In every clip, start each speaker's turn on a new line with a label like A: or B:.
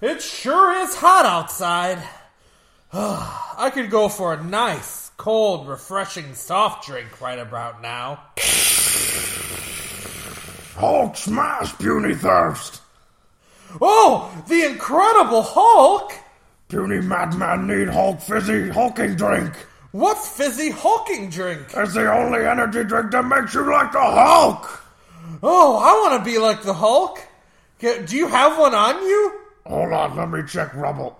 A: It sure is hot outside. I could go for a nice, cold, refreshing soft drink right about now.
B: Hulk smash, puny thirst!
A: Oh, the Incredible Hulk!
B: Puny madman need Hulk fizzy hulking drink!
A: What's fizzy hulking drink?
B: It's the only energy drink that makes you like the Hulk!
A: Oh, I want to be like the Hulk. Ca- Do you have one on you?
B: Hold on, let me check rubble.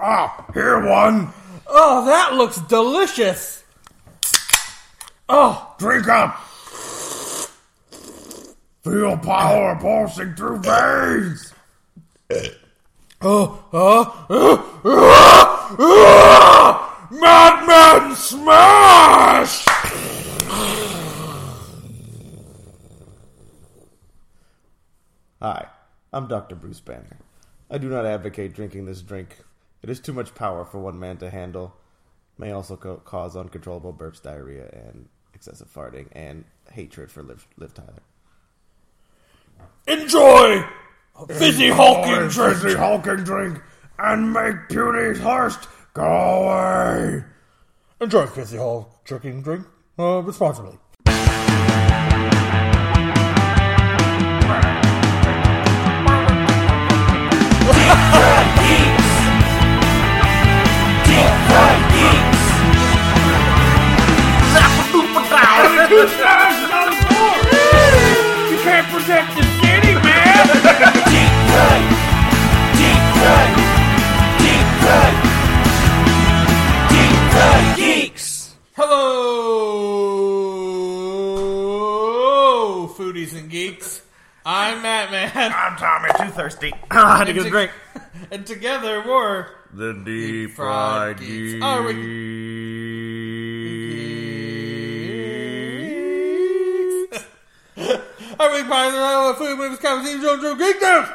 B: ah, here one!
A: Oh, that looks delicious. Oh,
B: Drink up! Feel power pulsing through veins!
A: oh, oh,
B: Madman Smash!
C: Hi, I'm Dr. Bruce Banner. I do not advocate drinking this drink. It is too much power for one man to handle. May also co- cause uncontrollable burps, diarrhea, and excessive farting, and hatred for Liv, Liv Tyler.
B: Enjoy!
A: fizzy
B: Hulking
A: hulking
B: drink!
A: drink.
B: Fizzy Hulking drink! And make puny thirst go away!
A: Enjoy fizzy hulk drinking drink uh, responsibly.
B: You can't protect the city, man!
A: Hello, foodies and geeks. I'm Matt Man,
B: I'm Tommy Too Thirsty.
C: I had to get a drink.
A: and together we're
B: The Deep
A: Fried Geeks. Oh, we- geeks. Our big pie of food movies, comics, and Joe Joe Geek News.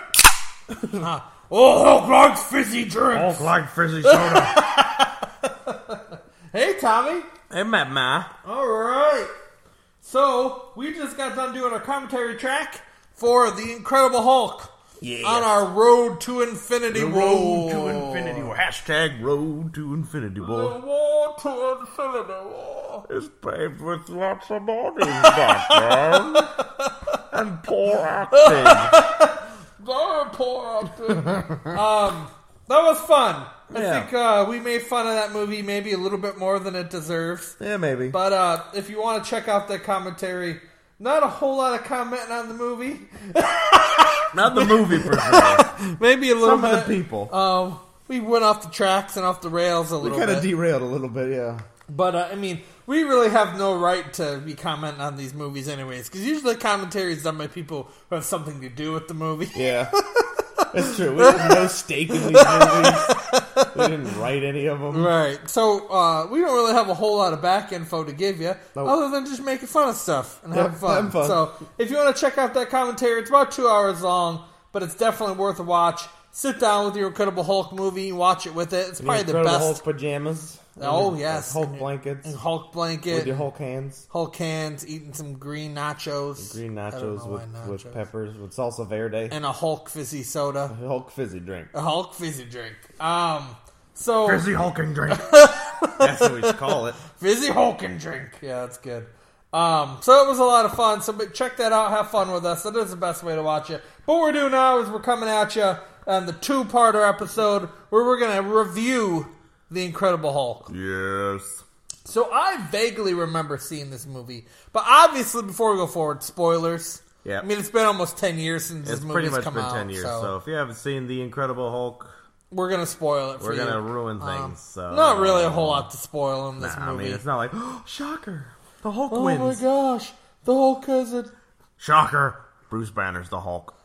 A: Ah, Oh, Hulk likes fizzy drinks.
B: Hulk like fizzy soda.
A: Hey, Tommy.
C: Hey, Matt, Ma.
A: All right. So we just got done doing our commentary track for the Incredible Hulk
C: Yeah.
A: on our Road to Infinity
B: road
A: War.
B: to infinity war.
C: Hashtag road to infinity
A: The
C: war
A: War to Infinity War.
B: is paved with lots of bodies, Batman. and poor acting.
A: Very poor acting. um, that was fun. I
C: Yeah.
A: think uh, we made fun of that movie maybe a little bit more than it deserves.
C: Yeah, maybe.
A: But uh, if you want to check out that commentary, not a whole lot of commenting on the movie.
C: Not the movie per se.
A: Maybe a little
C: Some
A: bit.
C: of the people.
A: Um, we went off the tracks and off the rails a
C: we
A: little
C: kind
A: bit.
C: of derailed a little bit, yeah.
A: but, uh, I mean, we really have no right to be commenting on these movies, anyways, because usually commentary is done by people who have something to do with the movie.
C: Yeah. That's true. We have no stake in these movies. We didn't write any of them.
A: Right. So, uh, we don't really have a whole lot of back info to give you, other than just making fun of stuff and
C: Yep,
A: having fun.
C: having fun.
A: So, if you want to check out that commentary, it's about two hours long, but it's definitely worth a watch. Sit down with your Incredible Hulk movie, watch it with it. It's probably the
C: Incredible
A: best.
C: Hulk pajamas.
A: Oh,
C: And
A: yes.
C: Hulk blankets.
A: And Hulk blanket.
C: With your Hulk hands.
A: Hulk hands eating some green nachos,
C: Green
A: I don't
C: nachos
A: know why
C: with, with
A: nachos.
C: peppers, with salsa verde.
A: and a Hulk fizzy soda,
C: Hulk fizzy drink.
A: a Hulk fizzy drink. Um, so
B: Fizzy hulking drink.
C: That's what we should call it.
A: fizzy Hulkin drink. Yeah, that's good. Um, so it was a lot of fun. So but check that out. Have fun with us. That is the best way to watch it. But what we're doing now is we're coming at you on the two-parter episode where we're gonna review the Incredible Hulk.
B: Yes.
A: So I vaguely remember seeing this movie, but obviously before we go forward, spoilers.
C: Yeah.
A: I mean it's been almost ten years since this
C: It's
A: movie's
C: pretty much
A: come
C: been
A: out,
C: 10 years, so.
A: so,
C: if you haven't seen The Incredible Hulk,
A: we're gonna spoil it. For
C: we're
A: you.
C: going to ruin
A: Um,
C: things. so
A: Not really a whole lot to spoil in this
C: I
A: movie.
C: mean, it's not like, shocker, the Hulk
A: oh
C: wins.
A: my gosh, the Hulk has a
B: Shocker. Bruce Banner's the Hulk.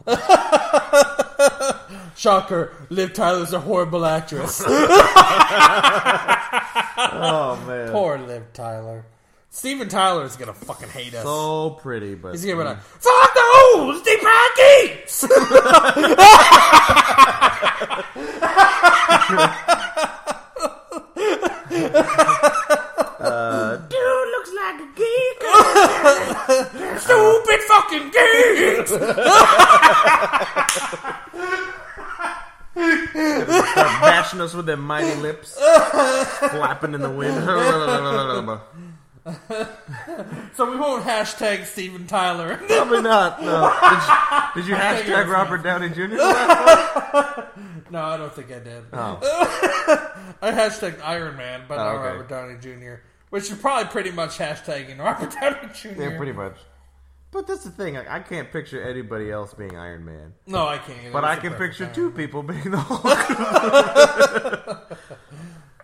A: shocker. Liv Tyler's a horrible actress.
C: Oh, man.
A: Poor Liv Tyler. Steven Tyler is gonna fucking hate us.
C: So pretty, but
A: He's gonna be like, "Fuck those, the packets."
C: Uh,
B: Dude looks like a geek. Stupid fucking geek.
C: smashing us with their mighty lips, flapping in the wind.
A: So we won't hashtag Steven Tyler.
C: Probably not. No. Did, you- did you hashtag Robert Downey Jr.?
A: no, I don't think I did.
C: Oh,
A: I hashtagged Iron Man, but
C: Oh,
A: not
C: okay.
A: Robert Downey Jr., which is probably pretty much hashtagging Robert Downey Jr.
C: yeah, pretty much. But that's the thing. Like, I can't picture anybody else being Iron Man.
A: No, I can't.
C: But I
A: That's the
C: can
A: perfect
C: picture
A: time.
C: two people being the Hulk.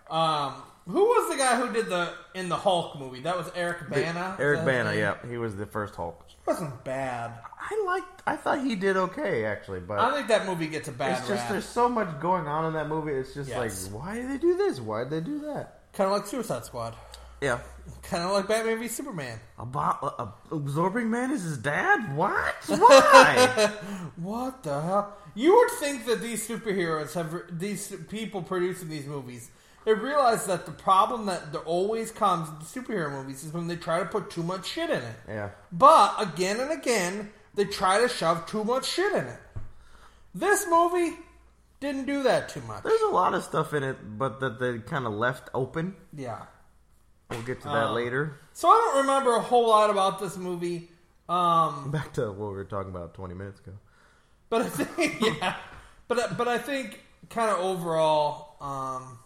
A: Um, who was the guy who did the in the Hulk movie? That was Eric Bana.
C: Eric
A: Is that his
C: Bana,
A: name?
C: yeah. He was the first Hulk.
A: wasn't bad.
C: I liked. I thought he did okay actually, but
A: I think that movie gets a bad
C: it's just
A: rap.
C: there's so much going on in that movie. It's just
A: Yes.
C: like, why did they do this? Why did they do that?
A: Kind of like Suicide Squad.
C: Yeah,
A: Kind of like Batman v Superman.
C: about uh, absorbing man is his dad. What? Why?
A: What the hell? You would think that these superheroes have these people producing these movies. They realize that the problem that there always comes in superhero movies is when they try to put too much shit in it.
C: yeah.
A: But again and again, they try to shove too much shit in it. This movie didn't do that too much.
C: There's a lot of stuff in it, but that they kind of left open.
A: Yeah.
C: We'll get to that
A: Oh.
C: later.
A: So I don't remember a whole lot about this movie. Um,
C: Back to what we were talking about 20 minutes ago.
A: But I think, yeah. But but I think, kind of overall, um,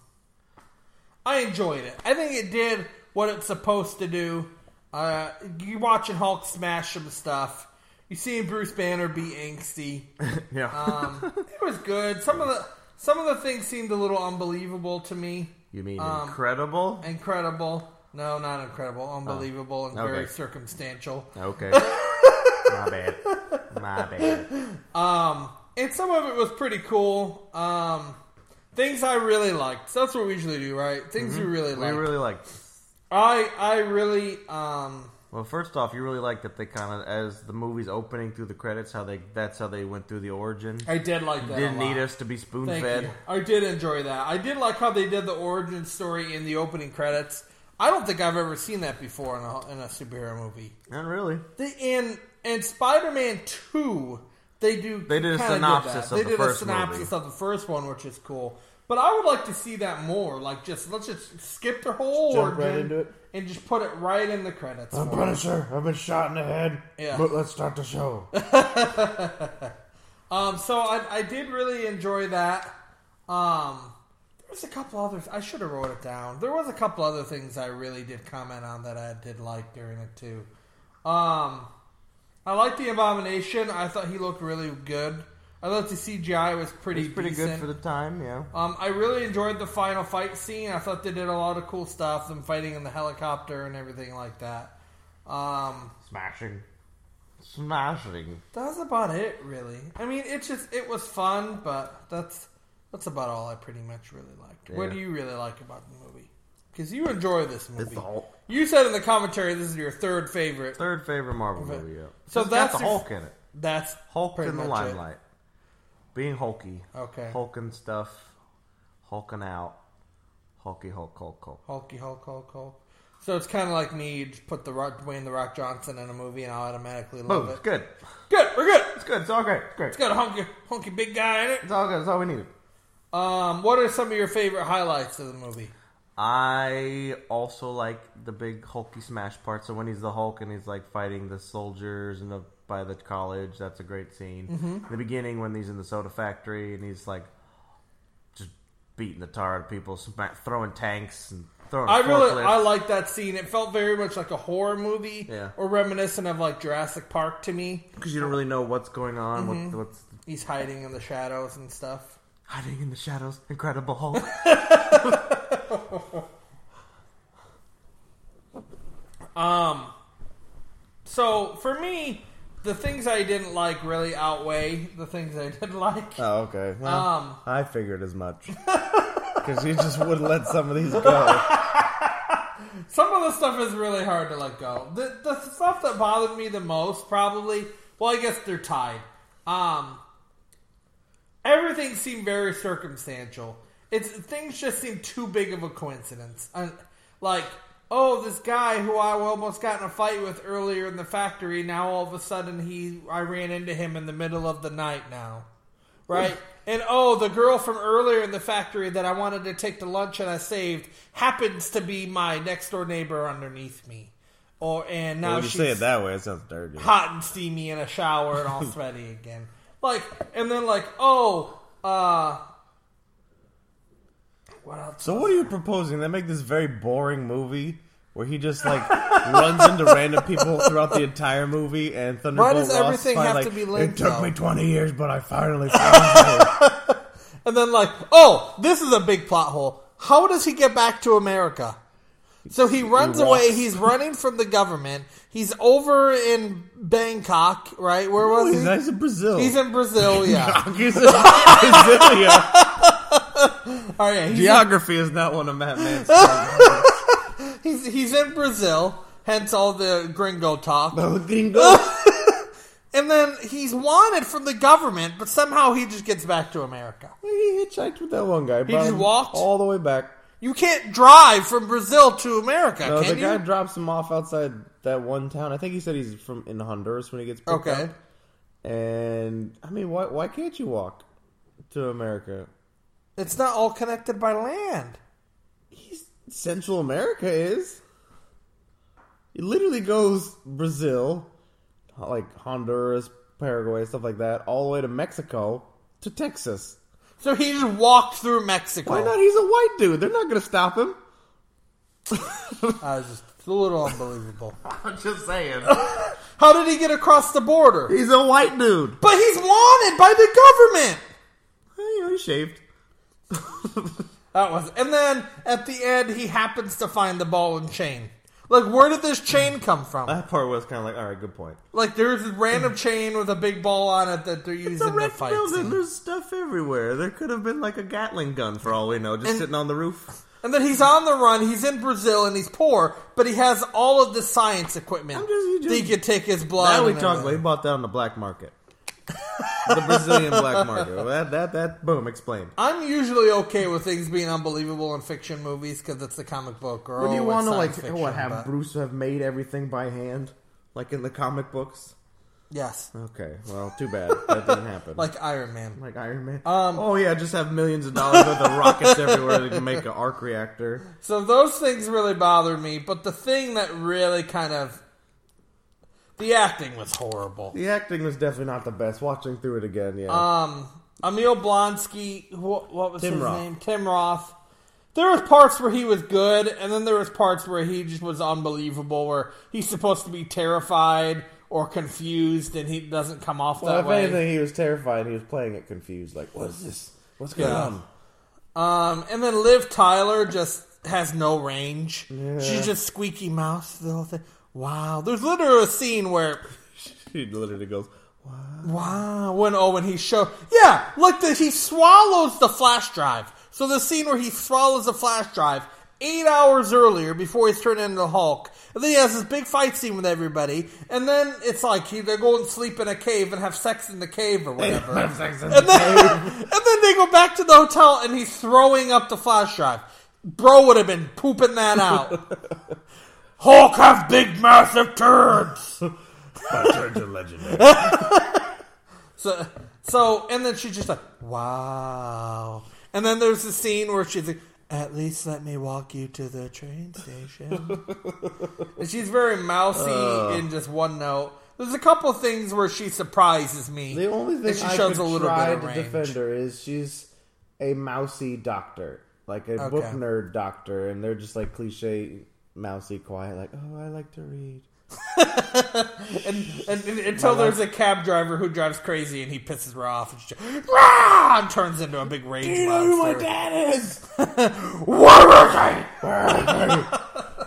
A: I enjoyed it. I think it did what it's supposed to do. Uh, you watching Hulk smash some stuff. You seeing Bruce Banner be angsty.
C: yeah.
A: Um, it was good. Some of the some of the things seemed a little unbelievable to me.
C: you mean
A: um,
C: incredible?
A: Incredible. No, not incredible. Unbelievable and very
C: okay.
A: circumstantial.
C: Okay. My bad. My bad.
A: Um, and some of it was pretty cool. Um, things I really liked. So that's what we usually do, right? Things you really
C: Mm-hmm. We
A: like.
C: really like.
A: I I really um
C: Well, first off, you really like that they kind of, as the movie's opening through the credits, how they that's how they went through the origin.
A: I did like that.
C: Didn't
A: a lot.
C: need us to be spoon
A: Thank
C: fed.
A: you. I did enjoy that. I did like how they did the origin story in the opening credits. I don't think I've ever seen that before in a, in a superhero movie.
C: Not really.
A: The, in in Spider Man Two, they do
C: They did a
A: kinda
C: synopsis
A: that.
C: of
A: they
C: the
A: did
C: first
A: a synopsis
C: movie.
A: of the first one, which is cool. But I would like to see that more. Like, just let's just skip the whole
D: Jump right
A: origin
D: into it.
A: and just put it right in the credits.
D: I'm
A: for us.
D: Punisher. I've been shot in the head.
A: Yeah.
D: But let's start the show.
A: Um, so I, I did really enjoy that. Um, there was a couple others I should have wrote it down. There was a couple other things I really did comment on that I did like during it too. Um, I liked the abomination. I thought he looked really good. I thought the CGI was pretty
C: It's pretty
A: decent.
C: good for the time, yeah.
A: um, I really enjoyed the final fight scene. I thought they did a lot of cool stuff. Them fighting in the helicopter and everything like that. Um,
C: Smashing. Smashing.
A: that's about it, really. I mean, it's just it was fun, but that's that's about all I pretty much really liked. What
C: Yeah.
A: do you really like about the movie? Because you enjoy this movie.
C: It's all.
A: You said in the commentary this is your third favorite.
C: Third favorite Marvel
A: Okay.
C: movie, yeah.
A: So
C: It's got
A: that's
C: the
A: your-
C: Hulk in it.
A: That's
C: Hulk
A: pretty
C: in the
A: much it.
C: limelight. Being hulky.
A: Okay.
C: Hulking stuff. Hulking out. Hulky Hulk Hulk Hulk.
A: Hulky, Hulk, Hulk, Hulk. So it's kind of like me. You just put the Rock, Dwayne the Rock Johnson in a movie, and I'll automatically love
C: Boom. It's
A: it.
C: good.
A: Good, we're good.
C: It's good. It's all great. It's great.
A: It's got a hunky, hunky big guy in it.
C: It's all good. It's all we needed.
A: Um, what are some of your favorite highlights of the movie?
C: I also like the big hulky smash part. So when he's the Hulk and he's like fighting the soldiers and the, by the college, that's a great scene.
A: Mm-hmm.
C: The beginning when he's in the soda factory and he's like just beating the tar out of people, sma- throwing tanks and throwing.
A: I really
C: forklifts.
A: I like that scene. It felt very much like a horror movie,
C: Yeah.
A: or reminiscent of like Jurassic Park to me.
C: because you don't really know what's going on,
A: Mm-hmm.
C: what, what's
A: He's hiding in the shadows and stuff.
C: hiding in the shadows. Incredible Hulk.
A: Um, so for me, the things I didn't like really outweigh the things I did like.
D: Oh, okay. Well,
A: Um.
D: I figured as much. Because you just wouldn't let some of these go.
A: Some of the stuff is really hard to let go. The the stuff that bothered me the most probably, well, I guess they're tied. Um, everything seemed very circumstantial. It's things just seemed too big of a coincidence. And like, oh, this guy who I almost got in a fight with earlier in the factory, now all of a sudden he, I ran into him in the middle of the night now, right? and oh, the girl from earlier in the factory that I wanted to take to lunch and I saved happens to be my next door neighbor underneath me. Or and now
C: When you
A: she's
C: say it that way, it sounds dirty.
A: hot and steamy in a shower and all sweaty again. Like, and then like, oh, uh, what else?
C: So what are you proposing? They make this very boring movie where he just like runs into random people throughout the entire movie, and Thunderbolt
A: does
C: Ross
A: everything
C: finally,
A: have
C: like,
A: to be linked,
C: It took
A: though?"
C: me twenty years, but I finally found it.
A: And then like, oh, this is a big plot hole. How does he get back to America? So he runs
C: walks.
A: away. He's running from the government. He's over in Bangkok, right? Where was
C: He's
A: he?
C: nice in Brazil.
A: He's in Brazil, yeah.
C: He's in Brasilia.
A: All right, he's,
C: Geography is not one of Matt Man's. strong points.
A: he's he's in Brazil, hence all the gringo talk.
C: Oh, ding dong.
A: And then he's wanted from the government, but somehow he just gets back to America.
C: he hitchhiked with that one guy. He
A: just walked?
C: all the way back.
A: You can't drive from Brazil to America,
C: No, the
A: can you?
C: guy drops him off outside that one town. I think he said he's from in Honduras when he gets picked
A: Okay.
C: up. And I mean, why why can't you walk to America?
A: It's not all connected by land.
C: He's, Central America is. It literally goes Brazil, like Honduras, Paraguay, stuff like that, all the way to Mexico to Texas.
A: So he just walked through Mexico.
C: Why not? He's a white dude. They're not going to stop him.
A: I was just Uh, it's a little unbelievable.
B: I'm just saying.
A: How did he get across the border?
C: He's a white dude.
A: But he's wanted by the government.
C: Well, you know, he's shaved.
A: That was, and then at the end, he happens to find the ball and chain. Like, where did this chain come from?
C: That part was kind of like, all right, good point.
A: Like, there's a random chain with a big ball on it that they're
C: It's a
A: using to
C: wrecked
A: fight.
C: building.
A: scene.
C: There's stuff everywhere. There could have been like a Gatling gun for all we know, just
A: And-
C: sitting on the roof.
A: And then he's on the run. He's in Brazil and he's poor, but he has all of the science equipment.
C: I'm just- you just-
A: that he could take his blood.
C: Now we
A: and
C: talk. They
A: everything.
C: bought that on the black market, the Brazilian black market. Well, That that that boom explained.
A: I'm usually okay with things being unbelievable in fiction movies because it's the comic book. Or
C: What do you
A: oh,
C: want to
A: it's
C: like?
A: science Fiction,
C: what have
A: but-
C: Bruce have made everything by hand, like in the comic books?
A: Yes,
C: Okay, well, too bad that didn't happen.
A: like um, Iron Man.
C: Like Iron Man. oh yeah, just have millions of dollars worth of rockets everywhere that can make an arc reactor.
A: So those things really bothered me. But the thing that really kind of the acting was horrible.
C: The acting was definitely not the best. Watching through it again, yeah.
A: Um, Emil Blonsky, wh- what was
C: Tim
A: his
C: Roth.
A: name? Tim Roth. There was parts where he was good, and then there was parts where he just was unbelievable. Where he's supposed to be terrified or confused, and he doesn't come off
C: Well,
A: that
C: if
A: way.
C: anything, he was terrified. He was playing it confused, like, "What is this? What's going
A: Yeah.
C: on?"
A: Um, and then Liv Tyler just has no range. She's just squeaky mouth the whole thing. Wow, there's literally a scene where
C: He literally goes, "Wow."
A: Wow. When oh, when he show yeah, like the he swallows the flash drive. So the scene where he swallows the flash drive eight hours earlier before he's turned into the Hulk, and then he has this big fight scene with everybody, and then it's like he, they go and sleep in a cave and have sex in the cave or whatever, and then and then they go back to the hotel and he's throwing up the flash drive. Bro would have been pooping that out. Hulk have big massive turds.
C: legendary.
A: So, so, and then she's just like, wow. And then there's the scene where she's like, at least let me walk you to the train station. and she's very mousy
C: Uh.
A: in just one note. There's a couple things where she surprises me.
C: The only thing
A: and she
C: I
A: shows a
C: could
A: little
C: try
A: bit of
C: to
A: range.
C: defend her is she's a mousy doctor, like a
A: Okay.
C: book nerd doctor, and they're just like cliche, mousy, quiet, like, "Oh, I like to read."
A: And, and, and- until there's a cab driver who drives crazy and he pisses her off and she just, Rah! and turns into a big rage monster.
C: dad is?
A: Where is he?
C: Where is he?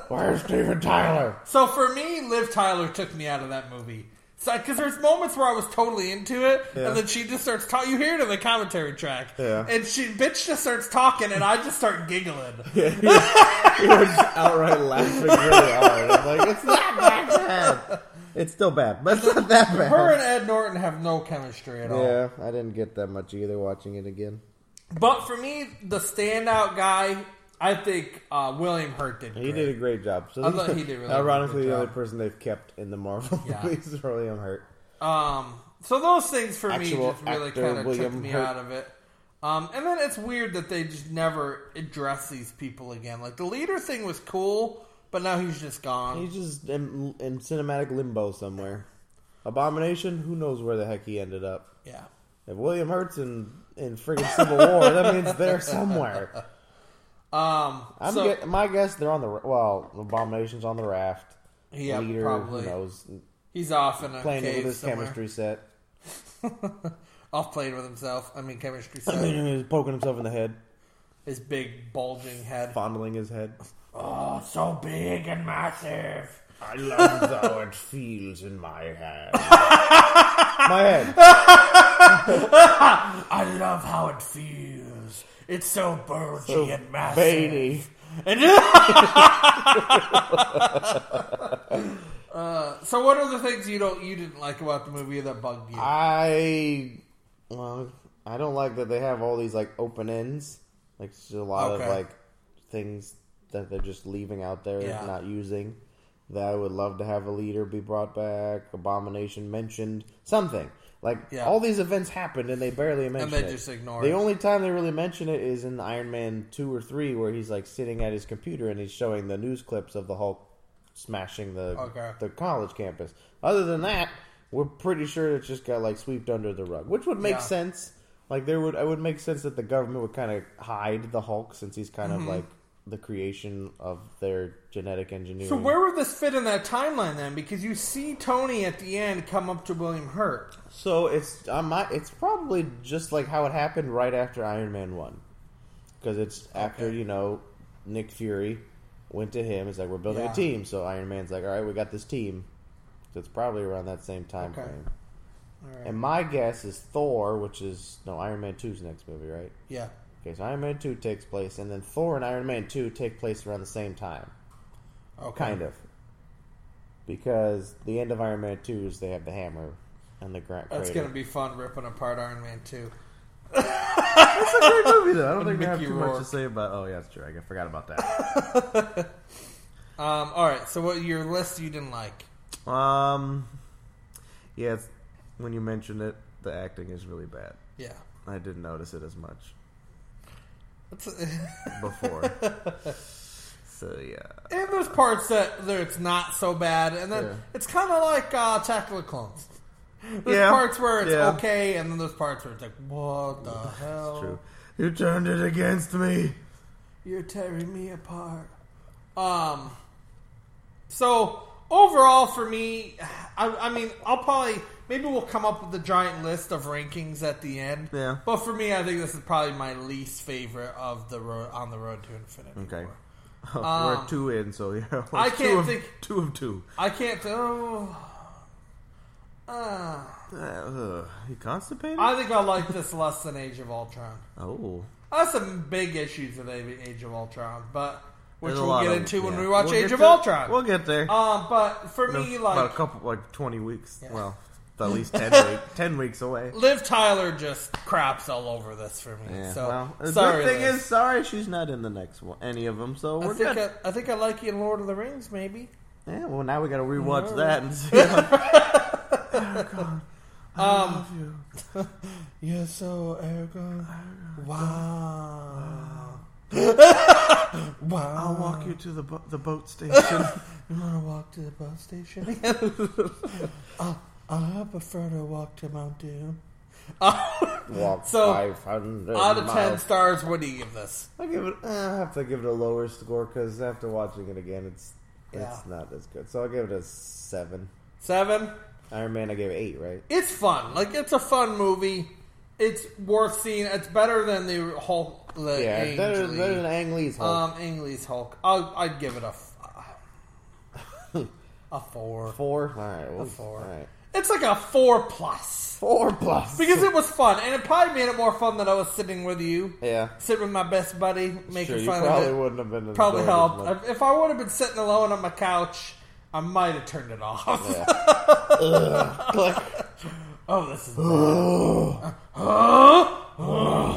C: Where's Steven Tyler?
A: So for me, Liv Tyler took me out of that movie. Because there's moments where I was totally into it,
C: Yeah.
A: and then she just starts talking. You hear it in the commentary track,
C: Yeah.
A: and she bitch just starts talking, and I just start giggling.
C: You were just outright laughing really hard. I'm like, it's not that bad. It's still bad, but it's not that bad.
A: Her and Ed Norton have no chemistry at all.
C: Yeah, I didn't get that much either watching it again.
A: But for me, the standout guy, I think uh, William Hurt did.
C: He
A: great.
C: did a great job. So
A: I thought he did really good
C: Ironically, the
A: job.
C: only person they've kept in the Marvel
A: Yeah.
C: movies is William Hurt.
A: Um, so those things for me
C: Actual
A: just really
C: actor
A: kind of took
C: William
A: me
C: Hurt.
A: out of it. Um, and then it's weird that they just never address these people again. Like the leader thing was cool, but now he's just gone.
C: He's just in, in cinematic limbo somewhere. Abomination, who knows where the heck he ended up.
A: yeah.
C: If William Hurt's in, in friggin' Civil War, that means they're somewhere.
A: Um.
C: I'm
A: so
C: get, my guess they're on the ra- well, Abomination's on the raft.
A: Yeah,
C: Leader,
A: probably.
C: who knows,
A: he's off in a
C: playing it
A: cave
C: with his
A: somewhere.
C: chemistry set.
A: Off playing with himself. I mean, chemistry.
C: I
A: Set.
C: mean, he's poking himself in the head,
A: his big bulging head.
C: fondling his head.
A: Oh, so big and massive.
C: I love how it feels in my head. my head.
A: I love how it feels. It's so bulgy and massive.
C: Veiny.
A: Uh, So, what are the things you don't you didn't like about the movie that bugged you?
C: I well, I don't like that they have all these like open ends. Like it's just a lot
A: Okay.
C: of like things that they're just leaving out there
A: Yeah.
C: not using. That I would love to have a leader be brought back, abomination mentioned, something. Like
A: Yeah.
C: all these events happened and they barely mention
A: they
C: it.
A: just ignore
C: The
A: it.
C: only time they really mention it is in Iron Man two or three, where he's like sitting at his computer and he's showing the news clips of the Hulk smashing the
A: Okay.
C: the college campus. Other than that, we're pretty sure it just got like swept under the rug, which would make
A: Yeah.
C: sense. Like there would, it would make sense that the government would kind of hide the Hulk since he's kind
A: Mm-hmm.
C: of like the creation of their genetic engineering.
A: So where would this fit in that timeline then? Because you see Tony at the end come up to William Hurt.
C: So it's I might it's probably just like how it happened right after Iron Man one, because it's after
A: Okay.
C: you know Nick Fury went to him. It's like we're building
A: Yeah.
C: a team, so Iron Man's like, all right, we got this team. So it's probably around that same time
A: Okay.
C: frame.
A: Alright.
C: And my guess is Thor, which is no Iron Man 2's next movie, right?
A: Yeah.
C: Okay, so Iron Man two takes place, and then Thor and Iron Man two take place around the same time.
A: Okay.
C: Kind of. Because the end of Iron Man 2 is they have the hammer and the grant
A: That's
C: crater.
A: gonna be fun ripping apart Iron Man two.
B: Great movie though. I don't think we have
A: Mickey
B: too
A: Rourke.
B: much to say about. Oh yeah, it's true. I forgot about that.
A: Um, all right. So what your list you didn't like?
B: um, yeah, it's, when you mentioned it, the acting is really bad.
A: Yeah.
B: I didn't notice it as much
A: That's-
B: before. so yeah,
A: and there's parts that there it's not so bad, and then
B: Yeah.
A: it's kind of like uh, Attack of the Clones. There's
B: Yeah.
A: parts where it's
B: Yeah.
A: okay, and then there's parts where it's like, what the hell?
B: it's true. You turned it against me.
A: You're tearing me apart. Um. So overall, for me, I, I mean, I'll probably maybe we'll come up with the giant list of rankings at the end.
B: Yeah.
A: But for me, I think this is probably my least favorite of the road on the road to infinity.
B: Okay.
A: War.
B: We're two in, so yeah. we're
A: Um, I
B: two
A: can't
B: of-
A: think-
B: Two of two.
A: I can't. Oh. Uh,
B: Uh, ugh. you constipated?
A: I think I like this less than Age of Ultron.
B: oh,
A: I have some big issues with Age of Ultron, but which
B: There's a
A: we'll
B: lot
A: get
B: of-
A: into when
B: yeah.
A: we watch
B: We'll
A: Age
B: get
A: of
B: to-
A: Ultron.
B: We'll get there.
A: um, but for
B: No,
A: me,
B: about
A: like
B: a couple, like twenty weeks.
A: Yeah.
B: Well, at least ten, week, ten weeks away.
A: Liv Tyler just craps all over this for me.
B: Yeah.
A: So
B: well, the
A: sorry.
B: good thing
A: Liv.
B: is, sorry, she's not in the next one, any of them. So
A: I
B: we're
A: think
B: good.
A: I, I think I like you in Lord of the Rings, maybe.
B: yeah. Well, now we got to rewatch that and see. How,
A: You're so arrogant. Wow. wow.
B: I'll walk you to the bo- the boat station.
A: You want to walk to the bus station? I'll, I'll help a Frodo walk to Mount Doom.
C: Walk
A: So,
C: 500
A: Out of ten
C: miles.
A: stars, what do you give this?
C: I give it. eh, I have to give it a lower score because after watching it again, it's
A: Yeah.
C: it's not as good. So I'll give it a seven.
A: Seven.
C: Iron Man, I gave it eight, right?
A: it's fun. Like it's a fun movie. It's worth seeing. It's better than the Hulk. The
C: yeah,
A: Ang
C: better,
A: Lee.
C: better than Ang Lee's Hulk.
A: um Ang Lee's Hulk. I'll, I'd give it a f- a four.
C: four. All right, well,
A: four.
C: All right,
A: It's like a four plus
C: four plus.
A: because it was fun, and it probably made it more fun than I was sitting with you,
C: yeah,
A: sitting with my best buddy, making
C: sure, you
A: fun
C: probably
A: of it.
C: wouldn't have been.
A: Probably
C: enjoyed as
A: helped. If I would have been sitting alone on my couch, I might have turned it off.
C: much. Yeah. Look.
A: Oh, this is
C: Oh.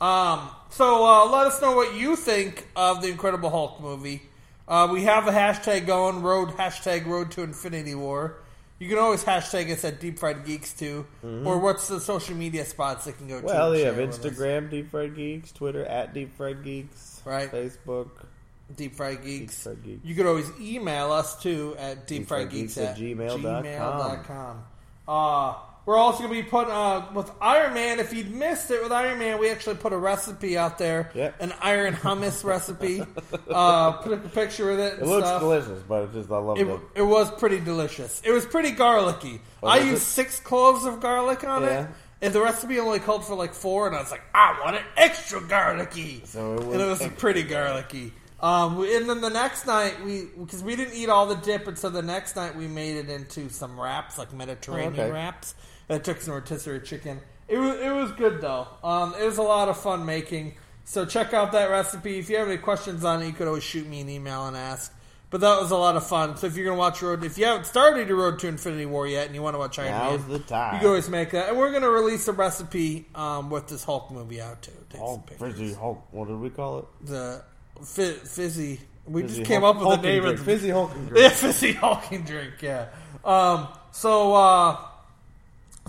A: Um, so uh, let us know what you think of the Incredible Hulk movie. Uh, we have a hashtag going, road hashtag road to infinity war. You can always hashtag us at Deep Fried Geeks too, or what's the social media spots that can go to?
C: Mm-hmm. Well,
A: and
C: you
A: share
C: have
A: with us?
C: Instagram, Deep Fried Geeks, Twitter, at Deep Fried Geeks,
A: Right.
C: Facebook,
A: Deep Fried Geeks.
C: Deep Fried Geeks.
A: You could always email us too at deepfriedgeeks at
C: deepfriedgeeks@gmail.com.
A: gmail.com. Uh, we're also going to be putting, uh, with Iron Man, if you'd missed it with Iron Man, we actually put a recipe out there.
C: Yep.
A: An iron hummus recipe. Uh, put a picture with it and
C: It looks
A: stuff.
C: delicious, but it's just I love
A: It,
C: the
A: it was pretty delicious. It was pretty garlicky. I
C: Was Oh, it?
A: used six cloves of garlic on
C: Yeah.
A: it, and the recipe only called for like four, and I was like, I want it extra garlicky.
C: So it was
A: and it was pretty garlicky. Um, and then the next night, we because we didn't eat all the dip, and so the next night we made it into some wraps, like Mediterranean
C: Oh, okay.
A: wraps, and I took some rotisserie chicken. It was it was good though. Um, it was a lot of fun making. So check out that recipe. If you have any questions on it, you could always shoot me an email and ask. But that was a lot of fun. So if you're gonna watch Road, if you haven't started your Road to Infinity War yet, and you want to watch Iron
C: Now's
A: Man,
C: the time.
A: you can always make that. And we're gonna release a recipe um, with this Hulk movie out too. Take some
C: Hulk,
A: pictures
C: frizzy Oh, Hulk. What did we call it?
A: the fi- fizzy. We
C: Fizzy
A: just came
C: Hulk-
A: up with the
C: Hulking
A: name
C: drink.
A: of the
C: fizzy Hulk. and
A: yeah,
C: drink.
A: fizzy hulking drink. Yeah. Um, so uh,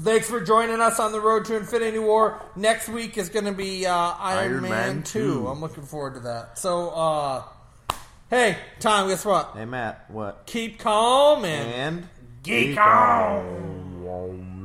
A: thanks for joining us on the road to Infinity War. Next week is going to be uh, Iron,
B: Iron
A: Man,
B: Man
A: 2.
B: 2.
A: I'm looking forward to that. So uh, hey, Tom, guess what?
C: Hey Matt, what?
A: Keep calm and
C: And
A: geek
C: Geek
A: on.
C: on.